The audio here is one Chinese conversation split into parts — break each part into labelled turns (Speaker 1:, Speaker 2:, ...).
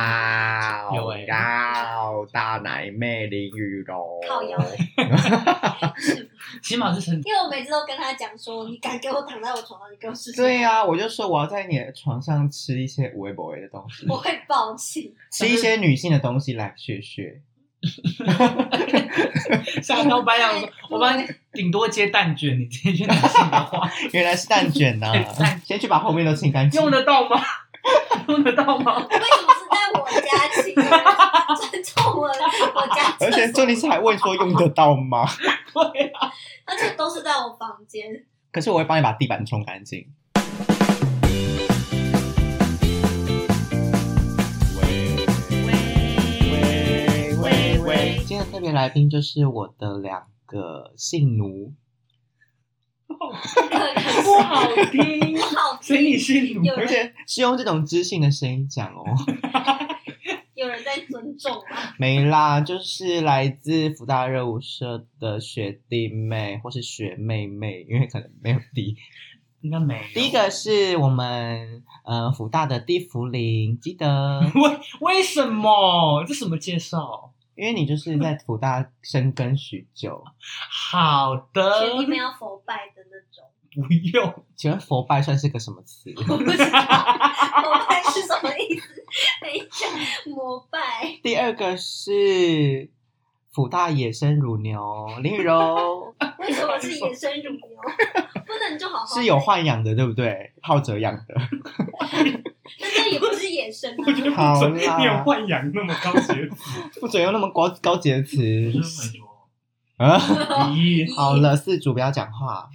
Speaker 1: 绕
Speaker 2: 有欸
Speaker 1: 绕大奶妹淋雨柔，
Speaker 3: 靠腰了，是
Speaker 2: 起码是 成
Speaker 3: 因为我每次都跟他讲说，你敢给我躺在我床上，你给我试试，
Speaker 1: 对呀、啊，我就说我要在你的床上吃一些无微不微的东西，
Speaker 3: 我会暴气。
Speaker 1: 吃一些女性的东西来学学。
Speaker 2: 吓到白羊 说，我帮你顶多接蛋卷，你直接去拿新的 话，
Speaker 1: 原来是蛋卷呐、
Speaker 2: 对 蛋
Speaker 1: 先去把后面都清干净
Speaker 2: 用。得到吗？ 用得到吗？
Speaker 3: 为什么是在我家亲？尊重我，我家厕所
Speaker 1: 而且重点是还问说用得到吗？
Speaker 2: 对啊，
Speaker 3: 而且都是在我房间。
Speaker 1: 可是我会帮你把地板冲干净。喂喂喂！今天的特别来宾就是我的两个性奴，
Speaker 2: 不好听
Speaker 3: 不。好
Speaker 2: 所以你
Speaker 3: 听，
Speaker 2: 是你
Speaker 3: 有
Speaker 1: 而
Speaker 3: 人
Speaker 1: 且是用这种知性的声音讲哦。
Speaker 3: 有人在尊重啊吗？
Speaker 1: 没啦，就是来自福大热舞社的学弟妹或是学妹妹，因为可能没有弟
Speaker 2: 应该没有
Speaker 1: 第一个是我们呃福大的地福林，记得，
Speaker 2: 为为什么？这什么介绍？
Speaker 1: 因为你就是在福大深耕许久，
Speaker 2: 好
Speaker 1: 呃
Speaker 2: 的
Speaker 3: 学，弟妹要佛拜的那种，
Speaker 2: 不用。
Speaker 1: 请问佛拜算是个什么词？
Speaker 3: 我不知道佛拜是什么意思。等一下，膜拜。
Speaker 1: 第二个是福大野生乳牛林雨柔，
Speaker 3: 为什么是野生乳牛？不能就好好
Speaker 1: 是有豢养的对不对？浩哲养的，
Speaker 3: 但这也不是野生啊
Speaker 2: 我。觉得不
Speaker 1: 好
Speaker 2: 准，你
Speaker 1: 啦
Speaker 2: 有豢养那么高阶级，
Speaker 1: 不准用那么高高级的词
Speaker 2: 真的有
Speaker 1: 啊！
Speaker 2: 咦，
Speaker 1: 好了，四主不要讲话。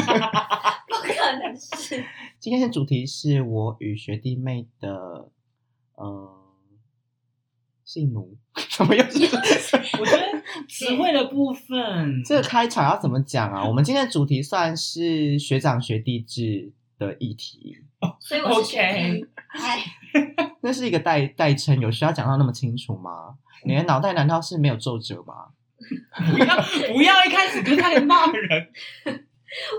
Speaker 3: 不可能是。
Speaker 1: 今天的主题是我与学弟妹的，呃，性奴， 什么又是？
Speaker 2: 我觉得词汇的部分，
Speaker 1: 这个开场要怎么讲啊？我们今天的主题算是学长学弟制的议题，
Speaker 3: 所以我是学弟。哎，
Speaker 1: 那是一个代代称，有需要讲到那么清楚吗？你的脑袋难道是没有皱褶吗？
Speaker 2: 不要不要一开始就开始骂人，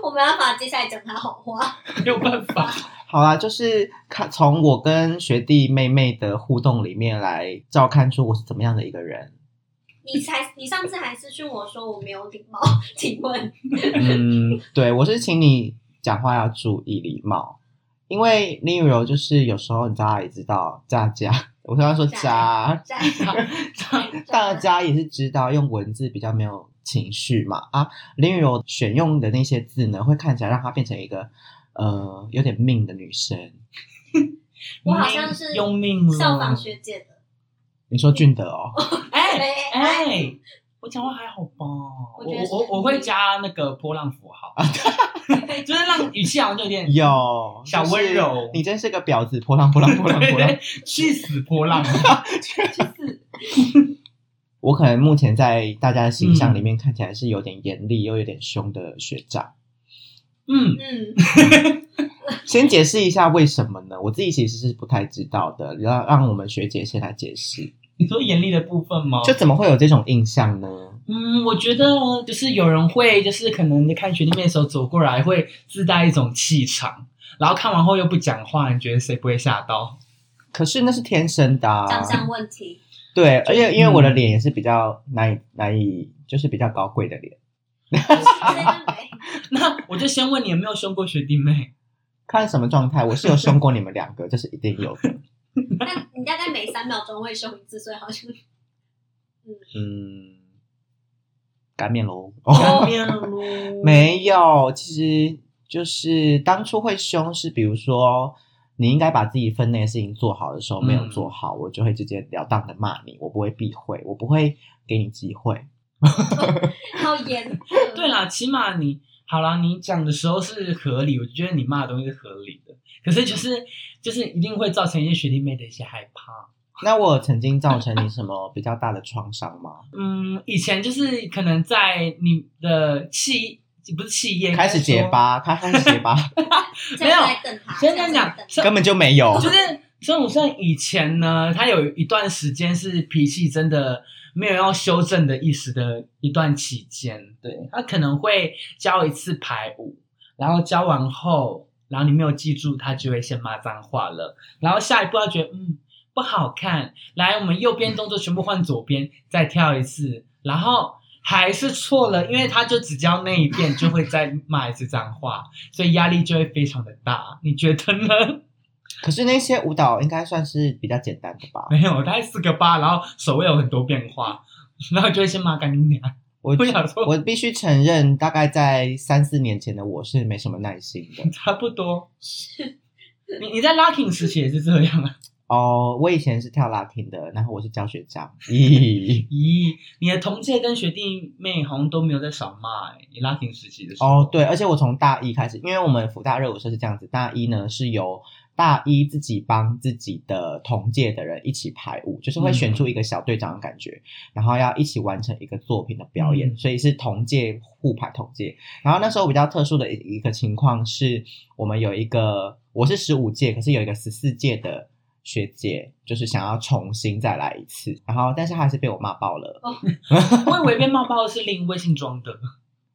Speaker 3: 我没办法，接下来讲他好话。
Speaker 2: 没有办法。
Speaker 1: 好啦，就是看从我跟学弟妹妹的互动里面来照看出我是怎么样的一个人。
Speaker 3: 你才，你上次还私讯我说我没有礼貌，请问
Speaker 1: 嗯， 对，我是请你讲话要注意礼貌，因为林雨柔就是有时候你知道她也知道大家，我刚刚说渣，
Speaker 3: 在
Speaker 1: 大家也是知道用文字比较没有情绪嘛啊，林雨柔选用的那些字呢，会看起来让她变成一个呃有点命的女生。
Speaker 3: 我好像是
Speaker 2: 命用命了
Speaker 3: 效仿学姐的？
Speaker 1: 你说俊德 哦，
Speaker 2: 哎
Speaker 3: 哎哎，
Speaker 2: 哎，我讲话还好吧？我
Speaker 3: 我觉得是
Speaker 2: 我我会加那个波浪符 号，就是让语气好像就有点
Speaker 1: 有
Speaker 2: 小温柔
Speaker 1: 就是你真是个婊子，波浪波浪波浪
Speaker 2: 对
Speaker 1: 波浪
Speaker 2: 对。，去死波浪！
Speaker 1: 我可能目前在大家的形象里面看起来是有点严厉又有点凶的学长。
Speaker 2: 嗯，
Speaker 3: 嗯，
Speaker 1: 先解释一下为什么呢？我自己其实是不太知道的，让让我们学姐先来解释，
Speaker 2: 你说严厉的部分吗？
Speaker 1: 就怎么会有这种印象呢？
Speaker 2: 嗯，我觉得就是有人会，就是可能在看学弟妹的时候走过来，会自带一种气场，然后看完后又不讲话，你觉得谁不会吓到？
Speaker 1: 可是那是天生的、啊，
Speaker 3: 长相问题。
Speaker 1: 对，而且因为我的脸也是比较难以难以，就是比较高贵的脸，
Speaker 2: 那我就先问你有没有凶过学弟妹？
Speaker 1: 看什么状态，我是有凶过你们两个，这是一定有的。
Speaker 3: 那你大概每三秒钟会凶一次，所以 好像
Speaker 1: 嗯，擀面喽，
Speaker 2: 干面喽，
Speaker 1: 没有，其实就是当初会凶是，比如说你应该把自己分内的事情做好的时候没有做好，我就会直截了当的骂你，我不会避讳，我不会给你机会。
Speaker 3: 好严。
Speaker 2: 对，啦，起码你好啦，你讲的时候是合理，我觉得你骂的东西是合理的。可是就是就是一定会造成一些学弟妹的一些害怕。
Speaker 1: 那我曾经造成你什么比较大的创伤吗？
Speaker 2: 嗯，以前就是可能在你的气不是气焰
Speaker 1: 开始结。巴，他开始结巴，
Speaker 3: 现在在等他，
Speaker 2: 应该说先跟你讲，像
Speaker 1: 根本就没有。
Speaker 2: 就是孙武胜以前呢，他有一段时间是脾气真的没有要修正的意识的一段期间，对他可能会教一次排舞，然后教完后，然后你没有记住，他就会先骂脏话了，然后下一步他觉得嗯。不好看。来，我们右边动作全部换左边，再跳一次，然后还是错了，因为他就只教那一遍，就会再骂一次脏话，所以压力就会非常的大。你觉得呢？
Speaker 1: 可是那些舞蹈应该算是比较简单的吧？
Speaker 2: 没有，大概四个八，然后手位有很多变化， 然后就会先骂干你娘。
Speaker 1: 我
Speaker 2: 我想说，
Speaker 1: 我必须承认，大概在三四年前的我是没什么耐心的
Speaker 2: 差不多。 你你在 locking 时期也是这样啊？
Speaker 1: 哦。我以前是跳拉丁的，然后我是教学长。咦，
Speaker 2: 咦，你的同届跟学弟妹好像都没有在少骂、欸，你 locking 时期的时候。
Speaker 1: 哦，
Speaker 3: 嗯
Speaker 1: 对，而且我从大一开始，因为我们福大热舞社是这样子，大一呢是由大一自己帮自己的同届的人一起排舞，就是会
Speaker 3: 嗯
Speaker 1: 选出一个小队长的感觉，然后要一起完成一个作品的表演，
Speaker 2: 嗯
Speaker 1: 所以是同届互排同届。然后那时候比较特殊的一一个情况是，我们有一个我是十五届，可是有一个十四届的。学姐就是想要重新再来一次，然后但是她还是被我骂爆了。
Speaker 2: 我以为被冒泡的是另一位姓庄的，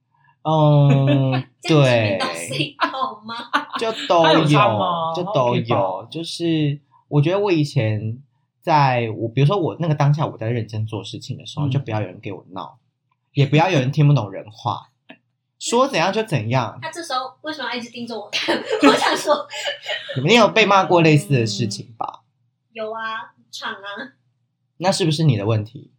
Speaker 1: 嗯，
Speaker 3: 这
Speaker 1: 对
Speaker 3: 样是，到谁好吗？
Speaker 1: 就都
Speaker 2: 他
Speaker 1: 有，
Speaker 2: 有唱吗
Speaker 1: 就都
Speaker 2: OK 吧
Speaker 1: 有。就是我觉得我以前在我，比如说我那个当下我在认真做事情的时候，
Speaker 2: 嗯
Speaker 1: 就不要有人给我闹，也不要有人听不懂人 话，说怎样就怎样。
Speaker 3: 他这时候为什么要一直盯着我看？ 我想说，
Speaker 1: 你们也有被骂过类似的事情吧？
Speaker 3: 有啊，唱啊，
Speaker 1: 那是不是你的问题？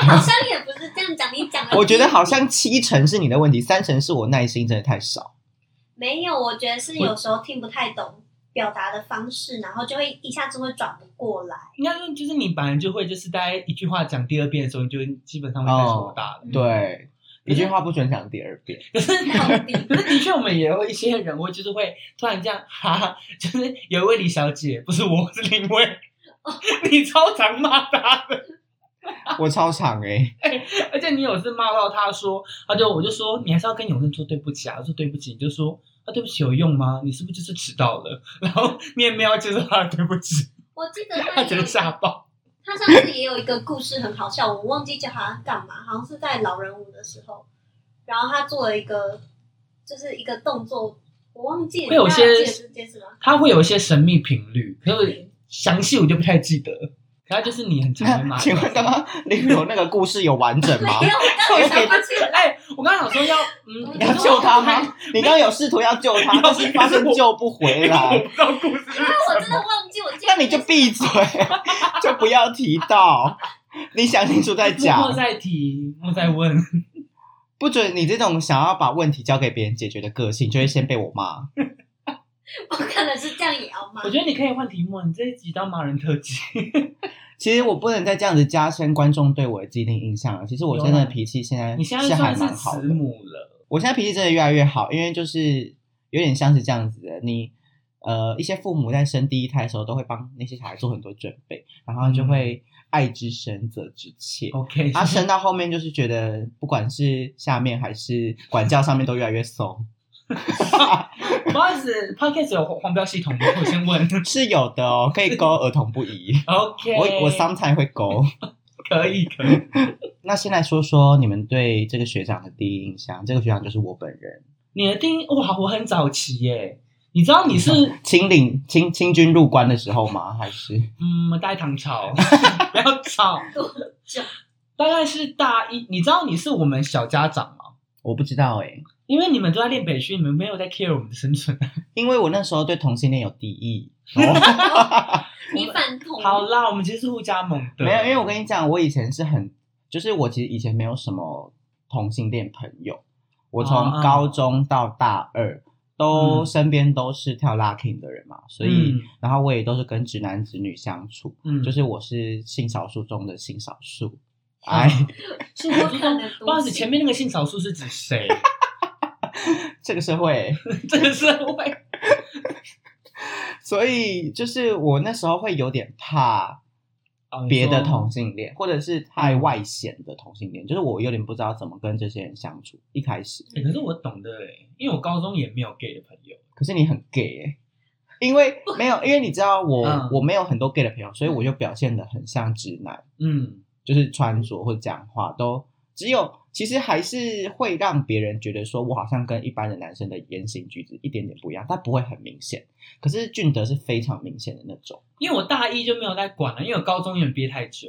Speaker 3: 好像也不是这样讲，你讲
Speaker 2: 嗯
Speaker 3: 了，
Speaker 1: 我觉得好像七成是你的问题，三成是我耐心真的太少。
Speaker 3: 没有，我觉得是有时候听不太懂表达的方式，然后就会一下子会转不过 来。
Speaker 2: 应该说就是你本来就会，就是大概一句话讲第二遍的时候，你就基本上会开始火大了。
Speaker 3: 嗯，
Speaker 1: 哦对，
Speaker 2: 嗯
Speaker 1: 一句话不准讲第二遍。
Speaker 2: 可是
Speaker 3: 到底
Speaker 2: 可是的确，我们也有一些人会就是会突然这样，哈哈，就是有一位李小姐，不是我，是另一位， 你超常骂她的，
Speaker 1: 我超长哎、
Speaker 2: 而且你有次骂到她说，她就我就说你还是要跟永正说对不起啊，我说对不起，你就说啊对不起有用吗？你是不是就是迟到了？ 然后你也没有接受她的对不起，
Speaker 3: 我记得他
Speaker 2: 她觉
Speaker 3: 有
Speaker 2: 得吓爆。
Speaker 3: 他上次也有一个故事很好笑，我忘记叫他干嘛，好像是在老人舞的时候，然后他做了一个就是一个动作，我忘记了，
Speaker 2: 会有
Speaker 3: 大家
Speaker 2: 些
Speaker 3: 记得是这件事吗？
Speaker 2: 它会有一些神秘频率，可是详细我就不太记得。可它就是你很常会
Speaker 1: 那
Speaker 2: 骂的。
Speaker 1: 请问刚刚例如那个故事有完整
Speaker 3: 没
Speaker 1: 吗？
Speaker 3: 有，我刚才想不起来。
Speaker 2: 哎、我刚刚想说要，嗯，
Speaker 1: 你要救他 吗？你刚刚有试图要救他，
Speaker 2: 没有
Speaker 1: 但是发现救不回
Speaker 2: 我
Speaker 1: 来，
Speaker 2: 不知道故事是什
Speaker 3: 那
Speaker 2: 么。
Speaker 3: 我真的忘记，我记得
Speaker 1: 那你就闭嘴， 就不要提到。你想清楚再
Speaker 2: 莫
Speaker 1: 讲，
Speaker 2: 再提，莫再问。
Speaker 1: 不准你这种想要把问题交给别人解决的个性，就会先被我骂。
Speaker 3: 我可能是这样也要骂
Speaker 2: 我。觉得你可以换题目，你这一集当骂人特 辑。
Speaker 1: 其实我不能再这样子加深观众对我的既定印象了。其实我真的脾气现在
Speaker 2: 你现在
Speaker 1: 是还蛮
Speaker 2: 算是
Speaker 1: 好
Speaker 2: 慈
Speaker 1: 的，
Speaker 2: 母了，
Speaker 1: 我现在脾气真的越来越好，因为就是有点像是这样子的，你呃一些父母在生第一胎的时候都会帮那些小孩做很多准备，然后就会爱之深责之切。
Speaker 2: OK，
Speaker 1: 他生到后面就是觉得，不管是下面还是管教上面都越来越松，
Speaker 2: 不好意思，Podcast 有黄标系统吗？我 先问。
Speaker 1: 是有的哦，可以勾儿童不宜。
Speaker 2: OK，
Speaker 1: 我我 sometime 会勾。
Speaker 2: 可以可以。
Speaker 1: 那先来说说你们对这个学长的第一印象，这个学长就是我本人，
Speaker 2: 你的定义哇，我很早期耶。你知道 你是
Speaker 1: 清领清清军入关的时候吗？还是
Speaker 2: 嗯，大概 唐朝，不要吵
Speaker 3: 多久。
Speaker 2: 大概是大一，你知道你是我们小家长吗？
Speaker 1: 我不知道哎、
Speaker 2: 因为你们都在练北训，你们没有在 care 我们的生存。
Speaker 1: 因为我那时候对同性恋有敌意。
Speaker 3: 你反同
Speaker 2: 好啦，我们其实是互加盟
Speaker 1: 哦
Speaker 2: 的。
Speaker 1: 没有，因为我跟你讲，我以前是很，就是我其实以前没有什么同性恋朋友，我从
Speaker 2: 哦
Speaker 1: 高中到大二都、
Speaker 2: 嗯
Speaker 1: 身边都是跳 locking 的人嘛，所以、然后我也都是跟直男直女相处，
Speaker 2: 嗯，嗯
Speaker 1: 就是我是性少数中的性少数。
Speaker 2: 嗯
Speaker 1: 哎，
Speaker 2: 性
Speaker 3: 我
Speaker 2: 少数
Speaker 3: 可能
Speaker 2: 不好意思，前面那个性少数是指 谁？
Speaker 1: 这个社会，
Speaker 2: 这个社会
Speaker 1: 所以就是我那时候会有点怕
Speaker 2: 哦
Speaker 1: 别的
Speaker 2: 你说
Speaker 1: 同性恋，或者是太外显的同性恋，就是我有点不知道怎么跟这些人相处。一开始，
Speaker 2: 欸可是我懂得哎，因为我高中也没有 gay 的朋友。
Speaker 1: 可是你很 gay 哎、因为没有，因为你知道我、
Speaker 2: 嗯
Speaker 1: 我没有很多 gay 的朋友，所以我就表现的很像直男，
Speaker 2: 嗯，
Speaker 1: 就是穿着或讲话都只有其实还是会让别人觉得说我好像跟一般的男生的言行举止一点点不一样，但不会很明显。可是俊德是非常明显的那种，
Speaker 2: 因为我大一就没有在管啊了，因为我高中有点憋太久，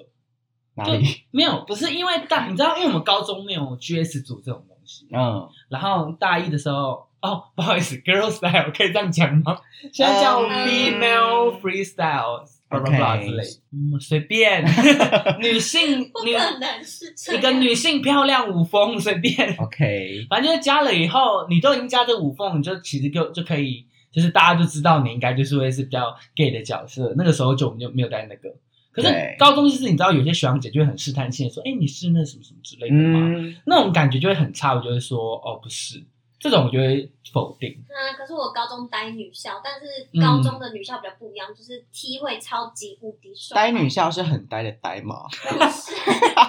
Speaker 1: 哪
Speaker 2: 就
Speaker 1: 里？
Speaker 2: 没有不是因为大，你知道，因为我们高中没有 GS 组这种东西，
Speaker 1: 嗯，
Speaker 2: 然后大一的时候，哦，不好意思，girl style 可以这样讲吗？现在叫
Speaker 1: 嗯
Speaker 2: female freestyle。blah blah blah
Speaker 1: OK
Speaker 2: 之类的，嗯，随便， 女性
Speaker 3: 不
Speaker 2: 女
Speaker 3: 可能是这
Speaker 2: 一个
Speaker 3: 样
Speaker 2: 女性漂亮舞风随便，
Speaker 1: OK，
Speaker 2: 反正就是加了以后，你都已经加这舞风，你就其实就就可以，就是大家就知道你应该就是会是比较 gay 的角色。那个时候就我们就没有带那个，可是
Speaker 1: 对
Speaker 2: 高中就是你知道有些学长姐就会很试探性的说，哎、你是那什么什么之类的吗？
Speaker 1: 嗯，
Speaker 2: 那种感觉就会很差，我就会说哦不是，这种我就会否定。
Speaker 3: 啊，可是我高中待女校，但是
Speaker 1: 嗯
Speaker 3: 高中的女校比较不一样，就是 T 会超级无敌
Speaker 1: 呆
Speaker 3: 帅。
Speaker 1: 女校是很呆的呆嘛，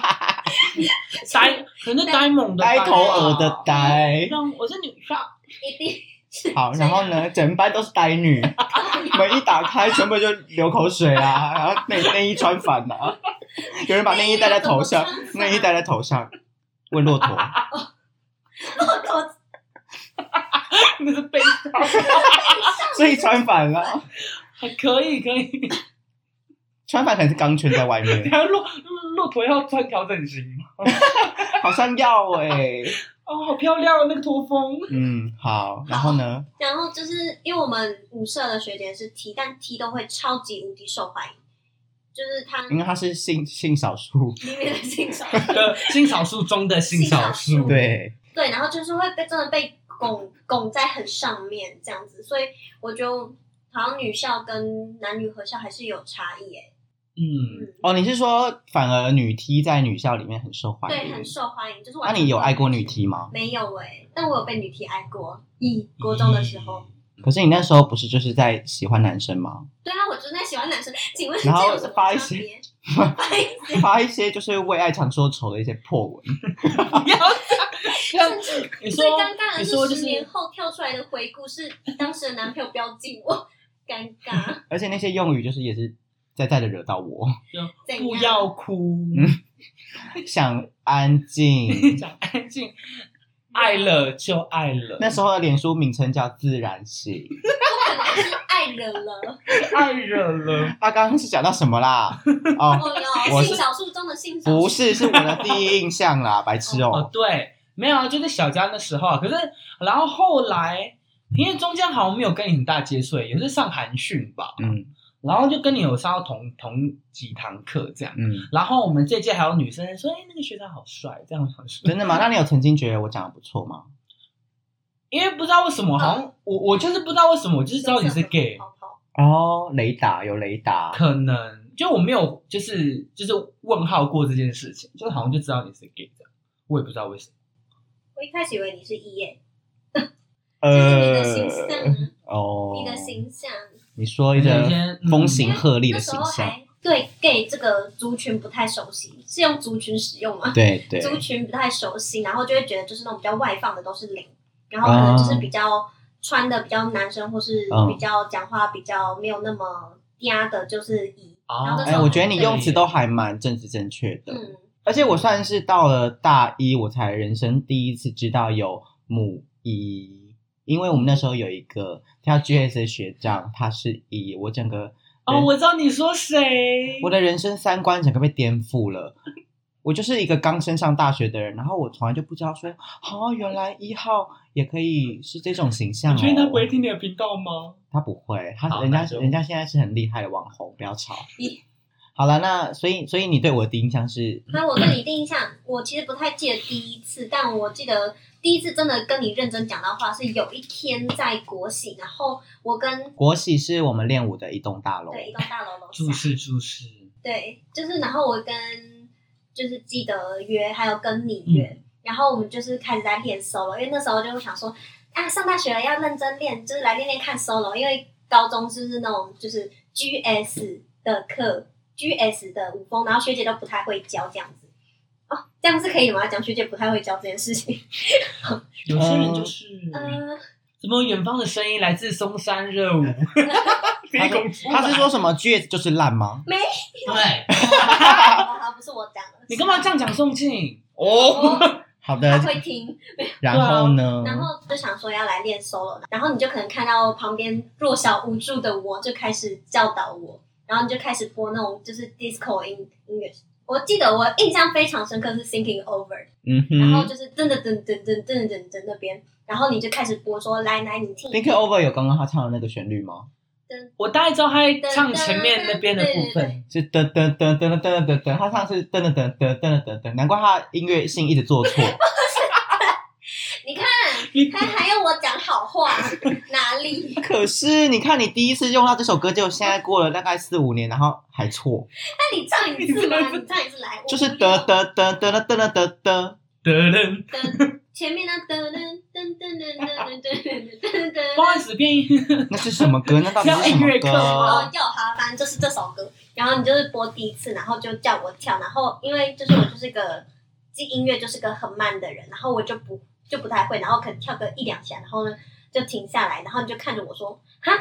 Speaker 2: 呆，可能呆萌的
Speaker 1: 呆
Speaker 2: 吧
Speaker 1: 头鹅的呆。
Speaker 2: 让我是女校，
Speaker 3: 一定是
Speaker 1: 好，然后呢，整班都是呆 女，门一打开，全部就流口水啊，然后内内衣穿反了、啊，有人把内衣戴在头 上，内衣戴在头上，问骆驼，
Speaker 3: 骆驼
Speaker 2: 那是被
Speaker 1: 所以穿反了，
Speaker 2: 还可以可以。
Speaker 1: 穿反才是钢圈在外
Speaker 2: 你
Speaker 1: 面，
Speaker 2: 还骆骆驼要穿调整型吗？
Speaker 1: 好像要哎、
Speaker 2: 哦，好漂亮哦，那个驼 峰。
Speaker 1: 嗯，好，然后呢，
Speaker 3: 然后就是因为我们舞社的学姐是 T，但 T 都会超级无敌受欢迎，就是她
Speaker 1: 因为他是性性少数，
Speaker 3: 里面的欣赏。
Speaker 2: 的性少数中的性少
Speaker 3: 性少
Speaker 2: 数，
Speaker 3: 数
Speaker 1: 对，
Speaker 3: 对，然后就是会被真的被拱拱在很上面这样子，所以我就好像女校跟男女合校还是有差异诶、
Speaker 2: 嗯，
Speaker 3: 嗯，
Speaker 1: 哦，你是说反而女 T 在女校里面很受欢
Speaker 3: 对，
Speaker 1: 迎
Speaker 3: 很？受欢迎，就是
Speaker 1: 那、
Speaker 3: 完全
Speaker 1: 你有
Speaker 3: 不
Speaker 1: 爱过
Speaker 3: 同
Speaker 1: 女 T 吗？
Speaker 3: 没有哎、但我有被女 T 爱过，一国中的时候。
Speaker 1: 可是你那时候不是就是在喜欢男生吗？
Speaker 3: 对啊，我就是在喜欢男生。请问这
Speaker 1: 然后
Speaker 3: 有什么
Speaker 1: 发一
Speaker 3: 差
Speaker 1: 些
Speaker 3: 别？
Speaker 1: 发一些就是为爱常说愁的一些破文，
Speaker 2: 不 要这样，嗯你
Speaker 3: 最
Speaker 2: 说
Speaker 3: 尴尬的
Speaker 2: 你说就是
Speaker 3: 十年后跳出来的回顾是当时的男朋友标记我，尴 尬。
Speaker 1: 而且那些用语就是也是在在的惹到我，
Speaker 3: 怎样
Speaker 2: 不要哭，
Speaker 1: 想安静。
Speaker 2: 讲安静，爱了就爱了，
Speaker 1: 那时候的脸书名称叫自然醒。
Speaker 3: 可能是爱人了。
Speaker 2: 爱惹了，
Speaker 1: 他刚刚是讲到什么啦？哦，
Speaker 3: 哦
Speaker 1: 我
Speaker 3: 哟，
Speaker 1: 是
Speaker 3: 性少数中的性少数。
Speaker 1: 不是，是我的第一印象啦，白痴
Speaker 2: 哦
Speaker 1: 哦。
Speaker 2: 对，没有啊，就是小佳那时候啊，可是然后后来，因为中间好像没有跟你很大接触，也是上韩训吧，
Speaker 1: 嗯
Speaker 2: 然后就跟你有上到同同几堂课这样，
Speaker 1: 嗯，
Speaker 2: 然后我们这届还有女生说，哎，那个学长好帅，这样我想说，
Speaker 1: 真的吗？那你有曾经觉得我讲的不错吗？
Speaker 2: 因为不知道为什么，好像我我就是不知道为什么，我就是知道你是 gay，
Speaker 3: 泡泡
Speaker 1: 哦，雷达有雷达，
Speaker 2: 可能就我没有就是就是问号过这件事情，就好像就知道你是 gay 这样，我也不知道为什么。
Speaker 3: 我一开始以为你是 E 耶，就是哦你的形象
Speaker 1: 呃，
Speaker 3: 啊，
Speaker 1: 哦，
Speaker 3: 你的形象。
Speaker 1: 你说一个
Speaker 2: 有一些嗯
Speaker 1: 风行鹤立
Speaker 3: 那
Speaker 1: 的
Speaker 3: 时
Speaker 1: 形
Speaker 3: 候
Speaker 1: 象，
Speaker 3: 还对 gay 这个族群不太熟悉，是用族群使用吗？
Speaker 1: 对对，
Speaker 3: 族群不太熟悉，然后就会觉得就是那种比较外放的都是零，然后可能就是比较穿的比较男生，或是
Speaker 1: 啊嗯
Speaker 3: 比较讲话比较没有那么嗲的，就是以
Speaker 2: 哦
Speaker 3: 然后那
Speaker 1: 哎、
Speaker 3: 时候
Speaker 1: 我觉得你
Speaker 2: 对
Speaker 1: 用词都还蛮政治正确的，
Speaker 3: 嗯，
Speaker 1: 而且我算是到了大一，我才人生第一次知道有母一，因为我们那时候有一个跳 GS 的学长，他是一，我整个
Speaker 2: 哦，我知道你说谁，
Speaker 1: 我的嗯人生三观整个被颠覆了。我就是一个刚升上大学的人，然后我从来就不知道说，哦，原来一号也可以是这种形象、哦。
Speaker 2: 你确定他不会听你的频道吗？
Speaker 1: 他不会，他
Speaker 2: 好
Speaker 1: 人家
Speaker 2: 那就
Speaker 1: 人家现在是很厉害的网红，不要吵
Speaker 3: 咦。
Speaker 1: 好了，那所以所以你对我的第一印象是，
Speaker 3: 那我对你第一印象，我其实不太记得第一次，但我记得第一次真的跟你认真讲到话是有一天在国喜，然后我跟
Speaker 1: 国喜是我们练舞的一栋大楼，
Speaker 3: 对一栋大楼楼
Speaker 2: 注
Speaker 3: 下，
Speaker 2: 视注视，
Speaker 3: 对，就是然后我跟就是记得约，还有跟你
Speaker 2: 嗯
Speaker 3: 约，然后我们就是开始在练 solo，因为那时候就想说啊，上大学了要认真练，就是来练练看 solo，因为高中就是那种就是 GS 的课，GS 的舞风，然后学姐都不太会教这样子。哦，这样是可以的吗？讲学姐不太会教这件事情。
Speaker 2: 有些
Speaker 1: 嗯
Speaker 2: 人就是
Speaker 3: 呃，
Speaker 2: 怎么远方的声音来自嵩山热 舞，
Speaker 1: 他是他是说什么 GS 就是烂吗？
Speaker 2: 对，
Speaker 3: 呃好吧好吧不是我讲的。
Speaker 2: 你干嘛这样讲宋庆？
Speaker 3: 哦
Speaker 2: 哦，
Speaker 1: 好
Speaker 3: 他
Speaker 1: 的，
Speaker 3: 会听，
Speaker 1: 然后呢？
Speaker 3: 然后就想说要来练 solo，然后你就可能看到旁边弱小无助的我，就开始教导我，然后你就开始播那种就是 disco 音音乐。我记得我印象非常深刻是 Thinking Over，
Speaker 1: 嗯
Speaker 3: 然后
Speaker 1: 哼
Speaker 3: 就是噔噔噔噔噔噔噔噔那边，然后你就开始播说来来你听，
Speaker 1: ，Think Over 有刚刚他唱的那个旋律吗？
Speaker 2: 我大概知道他在唱前面那边的部
Speaker 3: 对
Speaker 2: 分，
Speaker 1: 是噔噔噔噔噔噔噔噔，他唱的是噔噔噔噔噔噔噔，难怪他音乐性一直做错。
Speaker 3: 你看
Speaker 2: 你
Speaker 3: 还还要我讲好话哪里？
Speaker 1: 可是你看，你第一次用到这首歌，结果现在过了大概四五年，然后还错，
Speaker 3: 那你唱一次嘛，你唱一次来，我
Speaker 1: 就是噔噔噔噔噔噔噔噔。
Speaker 2: 得人，
Speaker 3: 噔前面那噔噔噔噔噔噔噔噔噔噔
Speaker 2: 不好意思，变音。
Speaker 1: 那是什么歌？那到底是什
Speaker 2: 要音
Speaker 1: 么
Speaker 2: 乐课吗
Speaker 1: 歌
Speaker 3: 哦，？要哈，反正就是这首歌。然后你就是播第一次，然后就叫我跳，然后因为就是我就是个记音乐就是个很慢的人，然后我就不就不太会，然后可能跳个一两下，然后呢就停下来，然后你就看着我说哈。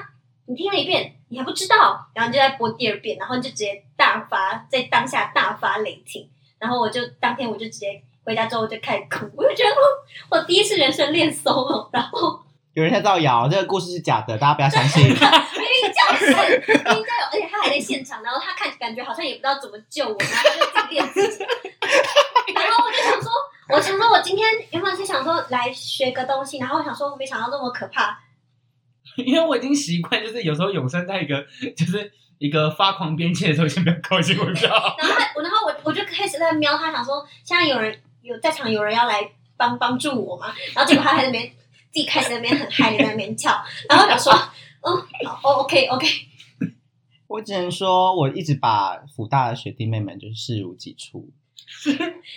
Speaker 3: 你听了一遍，你还不知道，然后你就再播第二遍，然后你就直接大发，在当下大发雷霆。然后我就当天我就直接回家之后我就开始哭，我就觉得我我第一次人生练 solo，然后
Speaker 1: 有人在造谣，这个故事是假的，大家不要相信。
Speaker 3: 明明就是，明明就有，而且他还在现场，然后他看感觉好像也不知道怎么救我，然后他就自己练自己。然后我就想说，我想说，我今天原本是想说来学个东西，然后我想说，没想到这么可怕。
Speaker 2: 因为我已经习惯，就是有时候永生在一个就是一个发狂边界的时候，先不要靠近我比较好。
Speaker 3: 然后他，我然后我我就开始在瞄他，想说现在有人有在场有人要来帮帮助我嘛，然后结果他还在那边自己开始在那边很嗨的在那边跳，然后我想说， 哦哦 OK OK，
Speaker 1: 我只能说，我一直把福大的学弟妹们就是视如己出。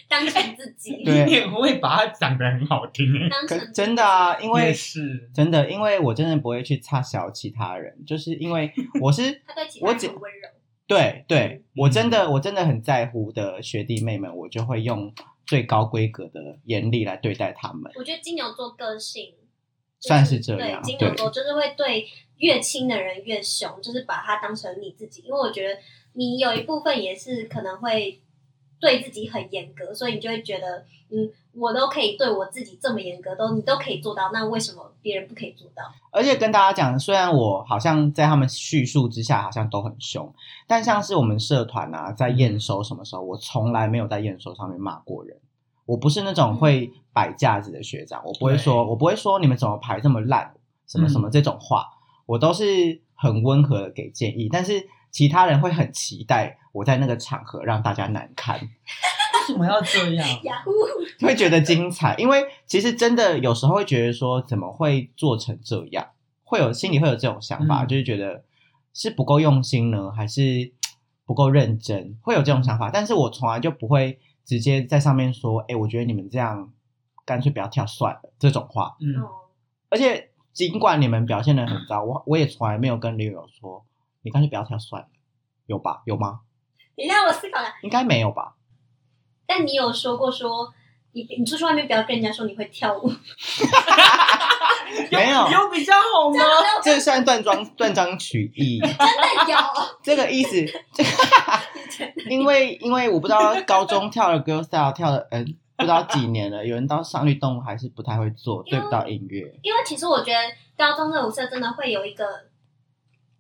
Speaker 3: 当成自己，
Speaker 1: 对
Speaker 2: 你也不会把它讲得很好听哎、
Speaker 3: 当成
Speaker 1: 可
Speaker 3: 自己
Speaker 1: 真的啊，因
Speaker 2: 也
Speaker 1: 为
Speaker 2: 是，
Speaker 1: 真的，因为我真的不会去插小其他人，就是因为我是
Speaker 3: 他对其他
Speaker 1: 我
Speaker 3: 人
Speaker 1: 只
Speaker 3: 很温柔。
Speaker 1: 对对，我真的我真的很在乎的学弟妹们，我就会用最高规格的严厉来对待他们。
Speaker 3: 我觉得金牛座个性、就
Speaker 1: 算是这样
Speaker 3: 对金
Speaker 1: 对
Speaker 3: 牛座就是会对越亲的人越凶，就是把他当成你自己，因为我觉得你有一部分也是可能会对自己很严格，所以你就会觉得，嗯，我都可以对我自己这么严格，都你都可以做到，那为什么别人不可以做到？
Speaker 1: 而且跟大家讲，虽然我好像在他们叙述之下好像都很凶，但像是我们社团啊，在验收什么时候，我从来没有在验收上面骂过人。我不是那种会摆架子的学长，我不会说，我不会说你们怎么排这么烂，什么什么这种话，我都是很温和的给建议。但是其他人会很期待我在那个场合让大家难堪。
Speaker 2: 为什么要这样？
Speaker 3: 呀呼，
Speaker 1: 会觉得精彩，因为其实真的有时候会觉得说，怎么会做成这样？会有心里会有这种想法，
Speaker 2: 嗯
Speaker 1: 就是觉得是不够用心呢，还是嘖不够认真？会有这种想法，但是我从来就不会直接在上面说，哎、我觉得你们这样干脆不要跳算了这种话。
Speaker 2: 嗯，
Speaker 3: 哦，
Speaker 1: 而且尽管你们表现的很糟，我我也从来没有跟女友说，你干脆不要跳算了，有吧？有吗？
Speaker 3: 你让我思考了。
Speaker 1: 应该没有吧？
Speaker 3: 但你有说过说，你你出去外面不要跟人家说你会跳舞，
Speaker 1: 没有
Speaker 2: 有比较好吗？
Speaker 1: 这算断章断章取义。
Speaker 3: 真的有。
Speaker 1: 这个意思， 这个因为因为我不知道高中跳了 girl style 跳了嗯、不知道几年了，有人到上律动物还是不太会 做，对不到音乐。
Speaker 3: 因为其实我觉得高中的舞社真的会有一个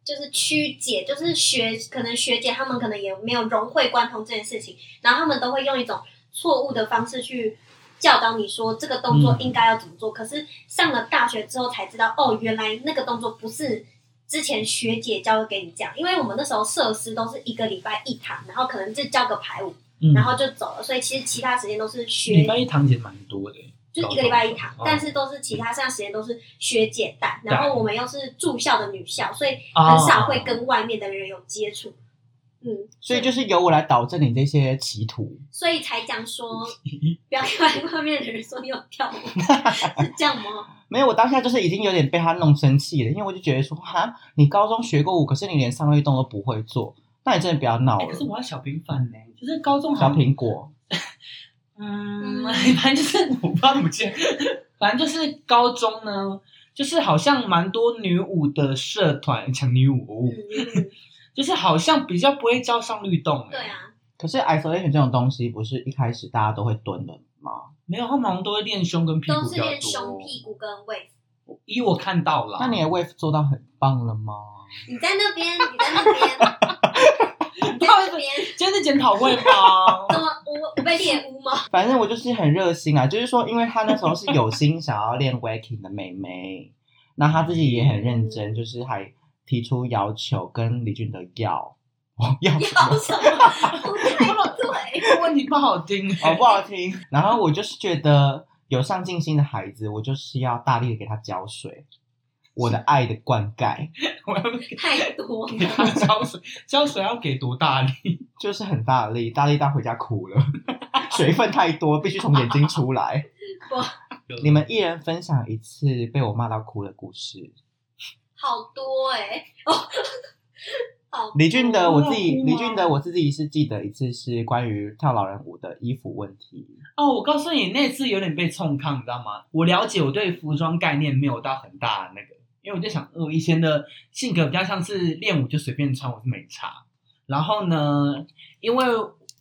Speaker 3: 就是曲解，就是学可能学姐她们可能也没有融会贯通这件事情，然后他们都会用一种错误的方式去教导你说这个动作应该要怎么做。可是上了大学之后才知道，哦，原来那个动作不是。之前学姐教给你这样，因为我们那时候设施都是一个礼拜一堂，然后可能就教个排舞，
Speaker 2: 嗯
Speaker 3: 然后就走了，所以其实其他时间都是学
Speaker 2: 礼拜一堂也蛮多的、欸
Speaker 3: 就是一个礼拜一堂
Speaker 2: 哦，
Speaker 3: 但是都是其他上时间都是学姐带，
Speaker 2: 带
Speaker 3: 然后我们又是住校的女校，所以
Speaker 2: 哦
Speaker 3: 很少会跟外面的人有接触。嗯，
Speaker 1: 所以就是由我来导正你这些歧途。
Speaker 3: 所以才 讲说不要跟外面的人说你有跳舞，是这样吗？
Speaker 1: 没有，我当下就是已经有点被他弄生气了，因为我就觉得说，哈，你高中学过舞，可是你连上律动都不会做，那你真的不要闹
Speaker 2: 哎
Speaker 1: 了
Speaker 2: 可。是我要小平反呢、就是高中好
Speaker 1: 小
Speaker 2: 像
Speaker 1: 苹果，
Speaker 2: 嗯
Speaker 3: 嗯，
Speaker 2: 反正就是我不知道怎么接， 反正就是高中呢，就是好像蛮多女舞的 社团，讲女舞，
Speaker 3: 嗯，
Speaker 2: 就是好像比较不会教上律动、欸，
Speaker 3: 对，啊，
Speaker 1: 可是 isolation 这种东西，不是一开始大家都会蹲的吗？
Speaker 2: 没有，他们好像都会练胸跟屁股
Speaker 3: 都
Speaker 2: 比
Speaker 3: 是
Speaker 2: 较多。
Speaker 3: 练胸、屁股跟胃。
Speaker 2: 依我看到啦，
Speaker 1: 那你的 wave 做到很棒了吗？
Speaker 3: 你在那边，你在那边， 你在那边，
Speaker 2: 今天是检讨会 吗？
Speaker 3: 怎么我我被猎污吗？
Speaker 1: 反正我就是很热心啊，就是说，因为她那时候是有心想要练 waking 的妹妹，那她自己也很认真，就是还提出要求跟李俊德要， 哦、要什
Speaker 3: 要
Speaker 1: 么？
Speaker 3: 什么？ 不太对。
Speaker 2: 这个问题不好听、
Speaker 1: 好不好听？然后我就是觉得有上进心的孩子，我就是要大力的给他浇水，我的爱的灌溉
Speaker 2: 我要给
Speaker 3: 太多了，
Speaker 2: 他浇水，浇水要给多大力？
Speaker 1: 就是很大力，大力到回家哭了， 水分太多，必须从眼睛出来。你们一人分享一次被我骂到哭的故事。
Speaker 3: 好多哎、哦，好多
Speaker 1: 李俊
Speaker 2: 哦
Speaker 1: 德，我自己
Speaker 2: 哭吗
Speaker 1: 李俊德，我自己是记得一次是关于跳老人舞的衣服问题。
Speaker 2: 哦，我告诉你，那次有点被冲康，你知道吗？我了解我对服装概念没有到很大的那个，因为我就想，我以前的性格比较像是练舞就随便穿，我是没差。然后呢，因为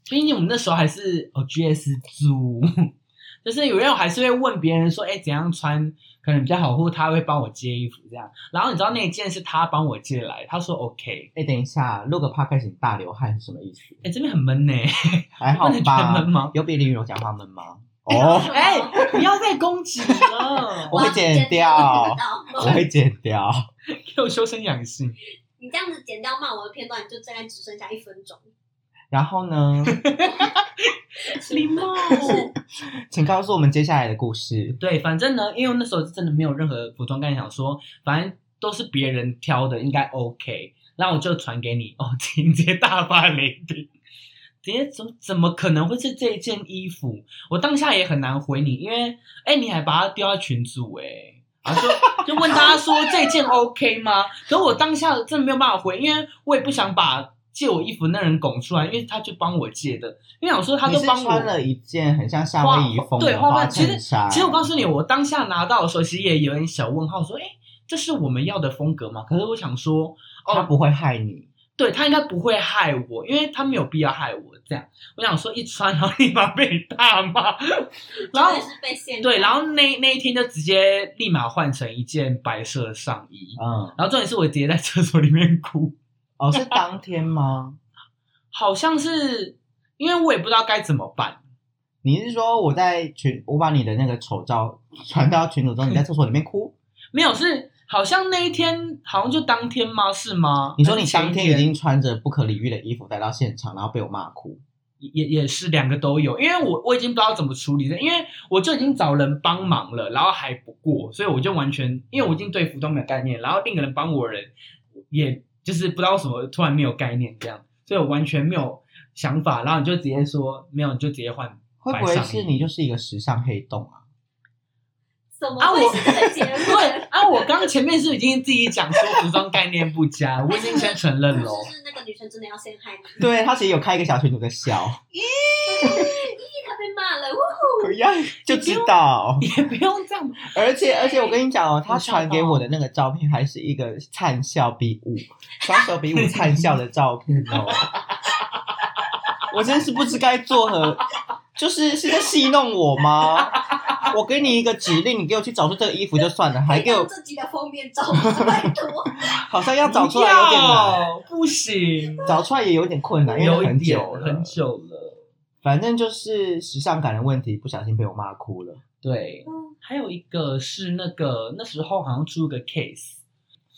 Speaker 2: 毕竟我们那时候还是哦 GS 租， 就是有人我还是会问别人说，哎，怎样穿可能比较好，或他会帮我接衣服这样。然后你知道那一件是他帮我借来，他说 OK。
Speaker 1: 哎，等一下，录个 podcast 你大流汗是什么意思？
Speaker 2: 哎，这边很闷呢、
Speaker 1: 还好
Speaker 2: 你不能全
Speaker 1: 吧
Speaker 2: 闷吗？
Speaker 1: 有比林雨柔讲话闷 吗？哦，
Speaker 2: 哎、不要再攻击了，
Speaker 1: 我会剪掉
Speaker 3: 我要剪掉
Speaker 1: 我会剪掉。
Speaker 2: 给我修身养性。
Speaker 3: 你这样子剪掉骂我的片段，你就大概只剩下一分钟。
Speaker 1: 然后呢，
Speaker 2: 礼貌。
Speaker 1: 请告诉我们接下来的故事。
Speaker 2: 对，反正呢，因为那时候真的没有任何服装概念，想说反正都是别人挑的，应该 OK。然后我就传给你，哦， 直接大发雷霆，直接怎么怎么可能会是这一件衣服？我当下也很难回你，因为哎，你还把它丢到群组哎、然后就就问大家说这件 OK 吗？可我当下真的没有办法回，因为我也不想把借我衣服那人拱出来，因为他就帮我借的，因为我说他
Speaker 1: 你
Speaker 2: 都
Speaker 1: 是
Speaker 2: 帮我
Speaker 1: 穿了一件很像夏威夷风
Speaker 2: 对
Speaker 1: 的
Speaker 2: 花
Speaker 1: 花
Speaker 2: 瓣，其
Speaker 1: 衬
Speaker 2: 实
Speaker 1: 衫。
Speaker 2: 其实我告诉你，我当下拿到的时候，其实也有点小问号，说，哎，这是我们要的风格吗？可是我想说，
Speaker 1: 他
Speaker 2: 哦，
Speaker 1: 不会害你。
Speaker 2: 对他应该不会害我，因为他没有必要害我这样。我想说一穿，然后立马被大骂， 然后
Speaker 3: 真的是被限
Speaker 2: 对，然后那那一天就直接立马换成一件白色上衣，
Speaker 1: 嗯，
Speaker 2: 然后重点是我直接在厕所里面哭，
Speaker 1: 哦，是当天 吗？
Speaker 2: 好像是因为我也不知道该怎么办。
Speaker 1: 你是说我在群，我把你的那个丑照传到群组中，你在厕所里面哭？
Speaker 2: 没有，是好像那一天，好像就当天吗？是吗？
Speaker 1: 你说你
Speaker 2: 还是前
Speaker 1: 当
Speaker 2: 一
Speaker 1: 天已经穿着不可理喻的衣服来到现场，然后被我骂哭。
Speaker 2: 也也是两个都有，因为我我已经不知道怎么处理了，因为我就已经找人帮忙了，然后还不过，所以我就完全因为我已经对服装没有概念，然后另一个人帮我的人，也就是不知道为什么突然没有概念这样，所以我完全没有想法，然后你就直接说没有，你就直接换
Speaker 1: 会不会是你就是一个时尚黑洞啊？
Speaker 3: 怎么
Speaker 2: 啊
Speaker 3: 会
Speaker 2: 我
Speaker 3: 是这个节目？
Speaker 2: 对啊，我刚前面是已经自己讲说服装概念不佳，我已经先承认了哦。
Speaker 3: 就是那个女生真的要陷害你，
Speaker 1: 对他其实有开一个小群组在笑，
Speaker 3: 她被骂了，呜
Speaker 1: 不要就知道。
Speaker 2: 也不用这样，
Speaker 1: 而且而且我跟你讲哦，他
Speaker 2: 我笑到
Speaker 1: 传给我的那个照片还是一个灿笑比武，双手比武灿笑的照片哦。我真是不知该作何，就是是在戏弄我吗？我给你一个指令，你给我去找出这个衣服就算了，还给我
Speaker 3: 这集的封面照，拜 托，
Speaker 1: 好像要找出来有点难，
Speaker 2: 不要，不行，
Speaker 1: 找出来也有点困难，因
Speaker 2: 有
Speaker 1: 为
Speaker 2: 一
Speaker 1: 很
Speaker 2: 点
Speaker 1: 久了，
Speaker 2: 很久了。
Speaker 1: 反正就是时尚感的问题，不小心被我骂哭了。
Speaker 2: 对，还有一个是那个那时候好像出个 case，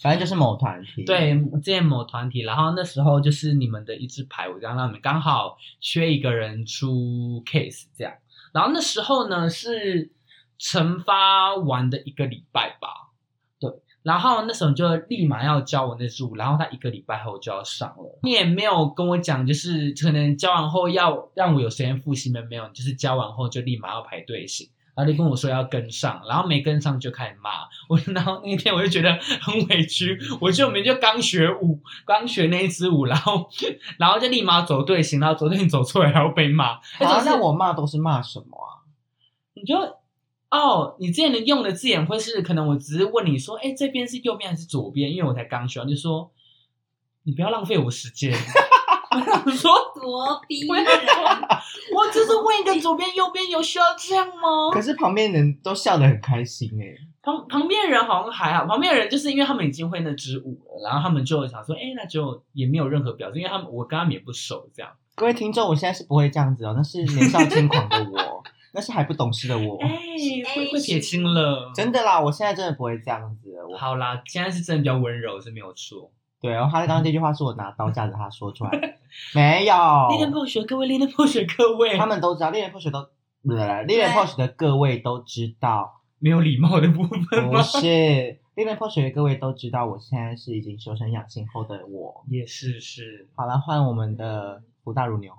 Speaker 1: 反正就是某团体，，
Speaker 2: 对，之前某团体，然后那时候就是你们的一支牌，我让让你们刚好缺一个人出 case 这样，然后那时候呢是惩罚完的一个礼拜吧，对，然后那时候你就立马要教我那支舞，然后他一个礼拜后就要上了，你也没有跟我讲，就是可能教完后要让我有时间复习没有没有，就是教完后就立马要排队型。然后就跟我说要跟上，然后没跟上就开始骂我。 然后那天我就觉得很委屈，我就明明就刚学舞，刚学那一支舞，然后然后就立马走队形，然后走队形走错了，然后被骂。
Speaker 1: 好，
Speaker 2: 那
Speaker 1: 那
Speaker 2: 种
Speaker 1: 我骂都是骂什么啊？
Speaker 2: 你就哦，你之前的用的字眼会是可能我只是问你说，哎，这边是右边还是左边？因为我才刚学完，就说你不要浪费我时间。 我想说，
Speaker 3: 多逼
Speaker 2: 我
Speaker 3: 人啊
Speaker 2: 也！ 我只是问一个左边右边有需要这样吗？
Speaker 1: 可是旁边人都笑得很开心哎、
Speaker 2: 旁旁边人好像还好，旁边人就是因为他们已经会那支舞了，然后他们就想说，哎、那就也没有任何表示，因为他们我跟他们也不熟，这样。
Speaker 1: 各位听众，我现在是不会这样子哦，那是年少轻狂的 我，那是还不懂事的我
Speaker 2: 哎、，会会撇清了，
Speaker 1: 真的啦，我现在真的不会这样子了。我
Speaker 2: 好啦，现在是真的比较温柔是没有错。
Speaker 1: 对，然后他刚刚这句话是我拿刀架着他说出来 的，没有，
Speaker 2: 恋人破学，各位恋人破学，各位，
Speaker 1: 他们都知道，猎人 push 都，不是猎人 push 的各位都知道，
Speaker 2: 没有礼貌的部分
Speaker 1: 不
Speaker 2: 吗？
Speaker 1: 是猎人 push 的各位都知道，我现在是已经修身养性后的我。
Speaker 2: 也是是，
Speaker 1: 好了，换我们的福大乳牛，